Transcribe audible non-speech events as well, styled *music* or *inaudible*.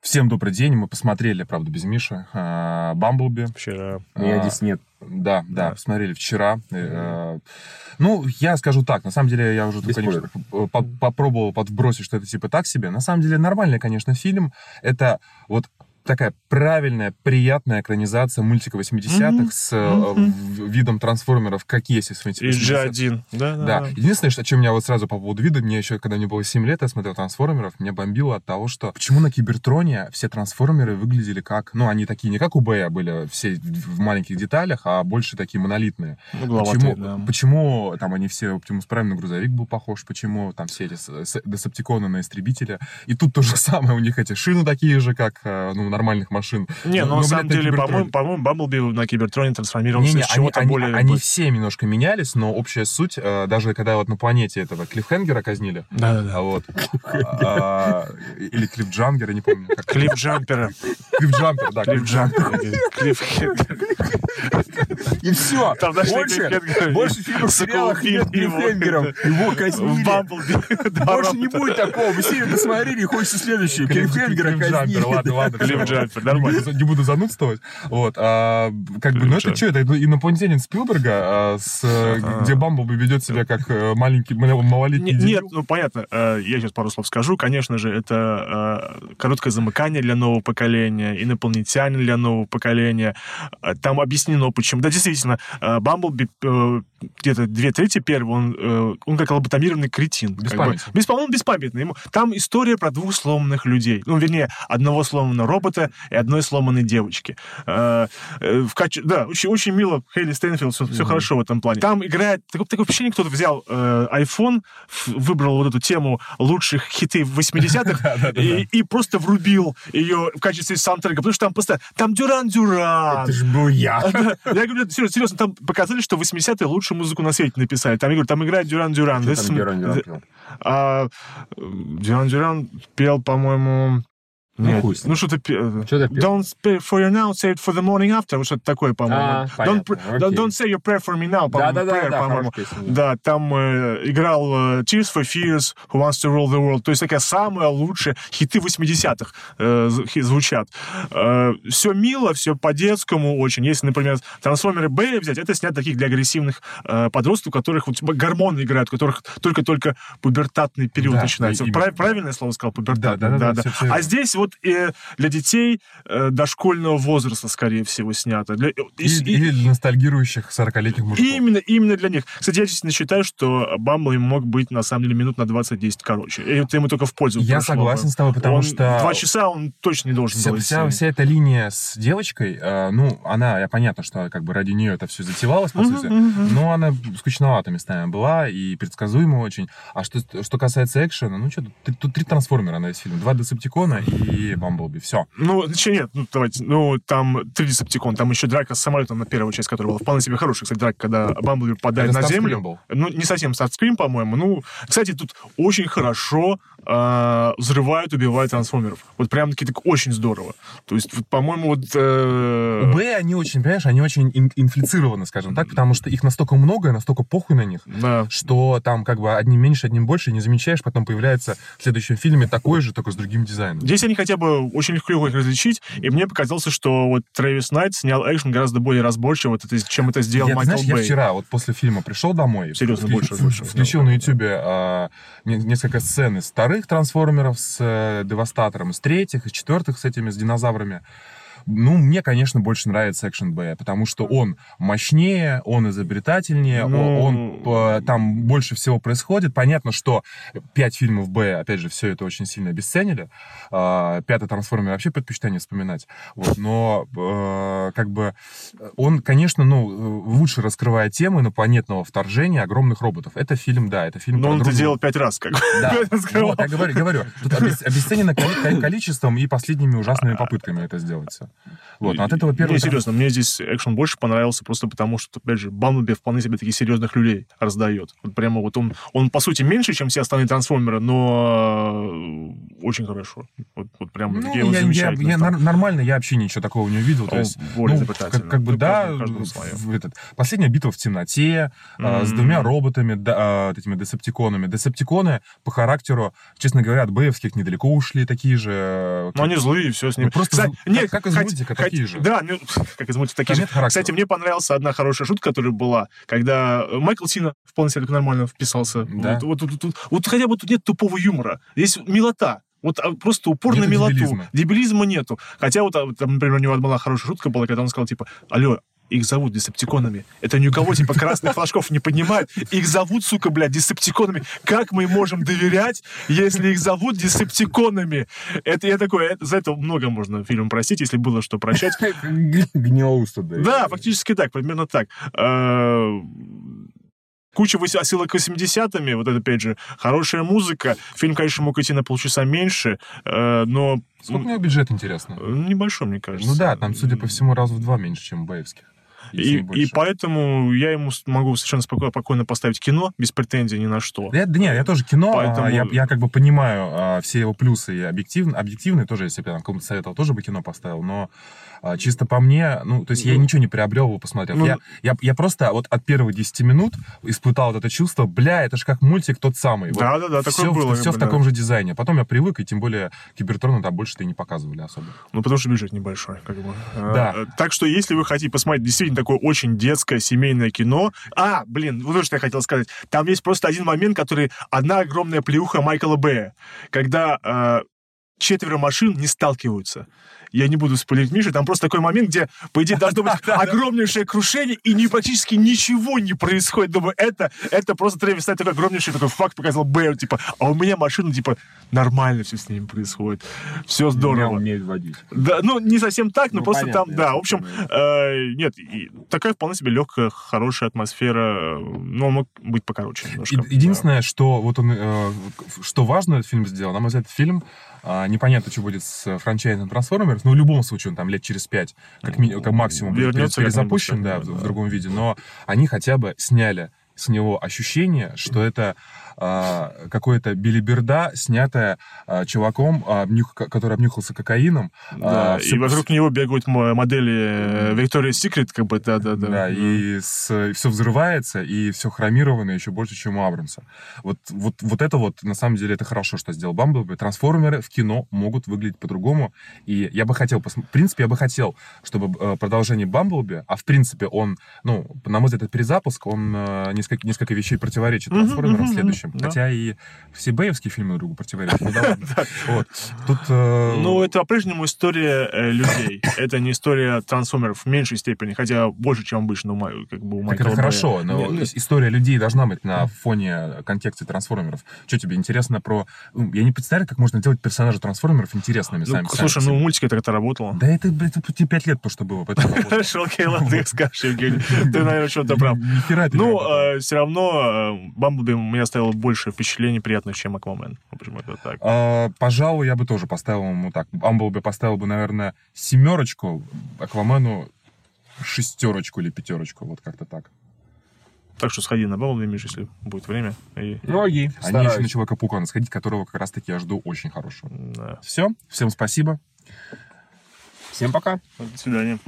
Всем добрый день. Мы посмотрели, правда, без Миши, а, Бамблби. Вчера. А, Меня здесь нет. Да, да, Да. посмотрели вчера. Э, Ну, я скажу так, на самом деле я уже, Без конечно, по- попробовал подбросить, что это типа так себе. На самом деле нормальный, конечно, фильм. Это вот такая правильная, приятная экранизация мультика 80-х Мгм. с э, в- видом трансформеров, как есть из 80-х. И G1. Да, Да. Единственное, что, чем меня вот сразу по поводу вида, мне еще, когда мне было 7 лет, я смотрел трансформеров, меня бомбило от того, что почему на Кибертроне все трансформеры выглядели как, ну, они такие не как у Бэя были, все в в маленьких деталях, а больше такие монолитные. Ну, Почему, угловатые, да. почему там они все, Оптимус Прайм на грузовик был похож, почему там все эти с- с- десептиконы на истребителя. И тут то же *laughs* самое, у них эти шины такие же, как э, ну, у нормальных машин. Не, ну, Но, на блин, самом это деле, Кибертрон. по-моему, по-моему, Бамблби на Кибертроне трансформировался Не-не, из они, чего-то они- более... они бы- все немножко менялись, но общая суть, э, даже когда вот на планете этого Клиффхенгера казнили, а Да-да-да. вот, а, или Клиффджангер, я не помню, как Клип Джампера. Клиффджампер, да, Клип Клиффджампер. Джампера. Клип И все. Там, знаешь, больше, Клиффхенгер. больше фильмов, Сокол сериалов нет убил его. Клиффхенгером. Его в казнили. Бамблби. *laughs* Да, Больше не Бамблби. будет такого. Мы серию посмотрели, и хочется следующую. Клифф- Клиффхенгера Клиффджампер, казнили. ладно, ладно. всё. Клиффджампер, Не нормально. буду- Не буду занудствовать. Вот, а, как бы, ну это Клиффджампер. что, это инопланетянин Спилберга, а, с, э, Ага. где Бамблби ведет себя как э, маленький, мал- малолетний Не- Нет, дебил. ну понятно. Э, Я сейчас пару слов скажу. Конечно же, это э, короткое замыкание для нового поколения, инопланетяне для нового поколения. Э, Там объяснено, почему. Да, действительно, э, Бамблби э, где-то две трети первого, он, э, он как лоботомированный кретин. Без Как бы. памяти. Беспо- он беспамятный. Ему- Там история про двух сломанных людей. Ну, вернее, одного сломанного робота и одной сломанной девочки. Э, э, в каче- Да, очень, очень мило Хейли Стэнфилд, все, хорошо в этом плане. Там играет... Такое, такое ощущение, кто-то взял э, iPhone, ф- выбрал вот эту тему лучших хиты *laughs* 80-х и и просто врубил ее в качестве саундтрека. Потому что там постоянно... Там Дюран-Дюран, *laughs* Это же был я. да. Я говорю, серьезно, серьезно, там показали, что 80-е лучшую музыку на свете написали. Там, я говорю, там играет Дюран Дюран. Что This- там Дюран Дюран the- пел? а, э, Дюран Дюран пел, по-моему... Ну, Нет, хуй с ним. ну что-то... пе- Что-то пел? Don't pay for your now, save it for the morning after. Вот что-то такое, А, по-моему. Don't, понятно, pr- don't, окей. don't say your prayer for me now, по-моему. Да-да-да, prayer, да, по-моему. хорошая песня, да. Да, там э, играл э, Tears for Fears, Who Wants to Rule the World. То есть такая самая лучшая. Хиты 80-х э, з- хи- звучат. все мило, все по-детскому очень. Если, например, трансформеры Бэйли взять, это снять таких для агрессивных э, подростков, у которых вот, типа, гормоны играют, у которых только-только пубертатный период Да, начинается. и- Прав- именно. правильное слово сказал? Пубертатный. Да, да, да, да, всё- всё А верно. здесь вот э, для детей э, дошкольного возраста, скорее всего, снято. Для- и- Или, и- или для ностальгирующих 40-летних мужиков. Именно, именно для них. Кстати, я действительно считаю, что Бамбл им мог быть, на самом деле, минут на 20-10 короче. И это ему только в пользу Я пошло согласен бы. с тобой, потому Он- что- Два часа он точно не должен Вся, был вся, идти. вся эта линия с девочкой, э, ну, она, я понятно, что как бы ради нее это все затевалось, по Мгм, сути, мгм. но Ну, она скучновата местами была и предсказуема очень. А что, что касается экшена, ну, что тут, три- тут три трансформера на весь фильм. Два Десептикона и Бамблби, все. Ну, значит, нет, ну, давайте, ну, там три десептикон, там еще драка с самолетом на первую часть, которая была вполне себе хорошая, кстати, драка, когда Бамблби падает Это на Starscream землю. был? Ну, не совсем стартскрин, по-моему. Ну, кстати, тут очень хорошо э, взрывают, убивают трансформеров. Вот прям-таки так очень здорово. То есть, вот, по-моему, вот... э, У Б они очень, понимаешь, они очень ин- инфицированы, скажем так, потому что их настолько много, и настолько похуй на них, да. что там как бы одним меньше, одним больше, и не замечаешь, потом появляется в следующем фильме такой же, только с другим дизайном. Здесь они хотя бы очень легко их различить, и мне показалось, что вот Трэвис Найт снял экшен гораздо более разборчиво, вот это- чем это сделал я, ты Майкл знаешь, я Бэй. вчера вот после фильма пришел домой, Серьезно, вкли- больше, в- больше. включил на ютубе а, не- несколько сцен из вторых трансформеров с э, Девастатором, из третьих, из четвертых с этими, с динозаврами. Ну, мне, конечно, больше нравится экшен Б, потому что он мощнее, он изобретательнее, о- Ну- он, э, там больше всего происходит. Понятно, что пять фильмов Б, опять же, все это очень сильно обесценили. А, Пятый трансформер вообще предпочитаю не вспоминать. Вот, но э, как бы он, конечно, ну, э, лучше раскрывает тему инопланетного вторжения огромных роботов. Это фильм, да, это фильм Но про он это дружбу. делал пять раз, как бы. *laughs* Да. раскрывал. А, Вот, я говорю, говорю, тут обес- обесценено коли- количеством и последними ужасными попытками это сделать. всё. Вот, но от этого первый... Не, там- серьезно, мне здесь экшен больше понравился просто потому, что, опять же, Бамблби вполне себе таких серьезных людей раздает. Вот прямо вот он, он по сути, меньше, чем все остальные трансформеры, но э, очень хорошо. Вот, вот прям Ну, такие вот я, я- замечательные я там. нар- нормально, я вообще ничего такого не увидел. То Он есть, более ну, изобретательный. как, как бы Ну, да, каждому- каждому в- свое. в этот, последняя битва в темноте а, с М. двумя роботами, да, а, вот этими десептиконами. Десептиконы по характеру, честно говоря, от бэевских недалеко ушли, такие же. э, Но они злые, все с ними. Ну, просто Кстати, зл- нет, как- как из хоть- мультика, хоть- такие же. Да, ну, *laughs* как из мультика, такие Там же. нет характера. Кстати, мне понравилась одна хорошая шутка, которая была, когда э, Майкл Сина вполне себе так нормально вписался. Да. Вот, вот, тут- тут- вот хотя бы тут нет тупого юмора. Здесь милота. Вот а, просто упор Нету на милоту. дебилизма. Дебилизма нету. Хотя вот, а, вот там, например, у него была хорошая шутка была, когда он сказал, типа, алло, их зовут десептиконами. Это ни у кого, типа, красных флажков не поднимают. Их зовут, сука, блядь, десептиконами. Как мы можем доверять, если их зовут десептиконами? Это я такой, это- за это много можно фильм простить, если было что прощать. *laughs* Гнилоусто, Да, фактически так, примерно так. Э, Куча вось- осылок 80-ми, вот это, опять же, хорошая музыка. Фильм, конечно, мог идти на полчаса меньше, э, но Сколько у него бюджет, интересно? э, небольшой, мне кажется. Ну да, там, судя по всему, раза в два меньше, чем у бэевских. если И, не и больше. поэтому я ему с- могу совершенно споко- спокойно поставить кино, без претензий ни на что. Да, я- да нет, я тоже кино, Поэтому- а, я, я как бы понимаю а, все его плюсы и объективные, объективные тоже, если бы я там кому-то советовал, тоже бы кино поставил, но а, чисто по мне, ну, то есть я Ну. ничего не приобрел его, посмотрев. Ну. я, я, я просто вот от первых 10 минут испытал вот это чувство, бля, это же как мультик тот самый. Вот Да-да-да, такое всё в- было, Все как бы, в да. таком же дизайне. Потом я привык, и тем более Кибертрона там больше-то и не показывали особо. Ну, потому что бюджет небольшой, как бы. Э, Да. э, Так что, если вы хотите посмотреть действительно такое очень детское семейное кино... А, блин, вот что я хотел сказать. Там есть просто один момент, который... Одна огромная плеуха Майкла Бэя. Когда э, четверо машин не сталкиваются. Я не буду спойлерить Миша, там просто такой момент, где, по идее, должно быть огромнейшее крушение, и не, практически ничего не происходит. Думаю, это, это просто Трэвис Найт такой огромнейший такой факт показал Бэю, типа, а у меня машина, типа, нормально все с ними происходит. Все Меня здорово. умеет водить. Да, ну, не совсем так, но Ну, просто понятно, там, я да, в так общем, понимаю. э, нет, и такая вполне себе легкая, хорошая атмосфера, э, но мог быть покороче И- немножко. Единственное, что вот он, э, к- что важно этот фильм сделал, на мой взгляд, фильм а, непонятно, что будет с э, франчайзом Трансформерс, но в любом случае он там лет через пять, как, ми- как максимум, будет Ну, Вернется пере- перезапущен, как-нибудь, да, я в, думаю, в да. другом виде, но они хотя бы сняли с него ощущение, что это а, какое-то билиберда, снятая а, чуваком, а, обнюх- ко- который обнюхался кокаином. Да, а, и всё- вокруг него бегают мо- модели Виктория Секрет, как бы, да-да-да. Да, и все взрывается, и все хромировано еще больше, чем у Абрамса. Вот, вот, вот это вот, на самом деле, это хорошо, что сделал Бамблби. Трансформеры в кино могут выглядеть по-другому. И я бы хотел, посм- в принципе, я бы хотел, чтобы э, продолжение Бамблби, а в принципе он, ну, на мой взгляд, этот перезапуск, он э, несколько, несколько вещей противоречит Мгм, трансформерам мгм, следующим. мгм, да. Хотя и все *laughs* бэевские фильмы друг другу противоречат. Ну да ладно. Вот. Тут... э, Ну, это по-прежнему история *coughs* э, людей. Это не история трансформеров в меньшей степени, хотя больше, чем обычно у, Ма- как бы у Так Майкла это Бэя. хорошо, Не, но ну, ис- история людей должна быть на фоне контекста трансформеров. Что тебе интересно про... Ну, Я не представляю, как можно делать персонажа трансформеров интересными ну, сами. слушай, сами ну, себе. Ну, мультики так это работало. Да это, блядь, это тебе пять лет, то, что было. *laughs* поэтому работает. Хорошо, окей, ладно, *laughs* ты скажешь, Евгений. Ты, наверное, что-то прав. Ни хера это не Ну, работает. все равно э, Бамблби у меня оставило больше впечатлений приятных, чем Аквамен. В общем, это так. А, Пожалуй, я бы тоже поставил ему так. Бамблби поставил бы, наверное, семерочку, Аквамену шестерочку или пятерочку, вот как-то так. Так что сходи на Бамблби, Миш, если будет время. И, Ноги. А мне еще на Человека-паука надо сходить, которого как раз-таки я жду очень хорошего. да. Все, всем спасибо. Всем пока. До свидания.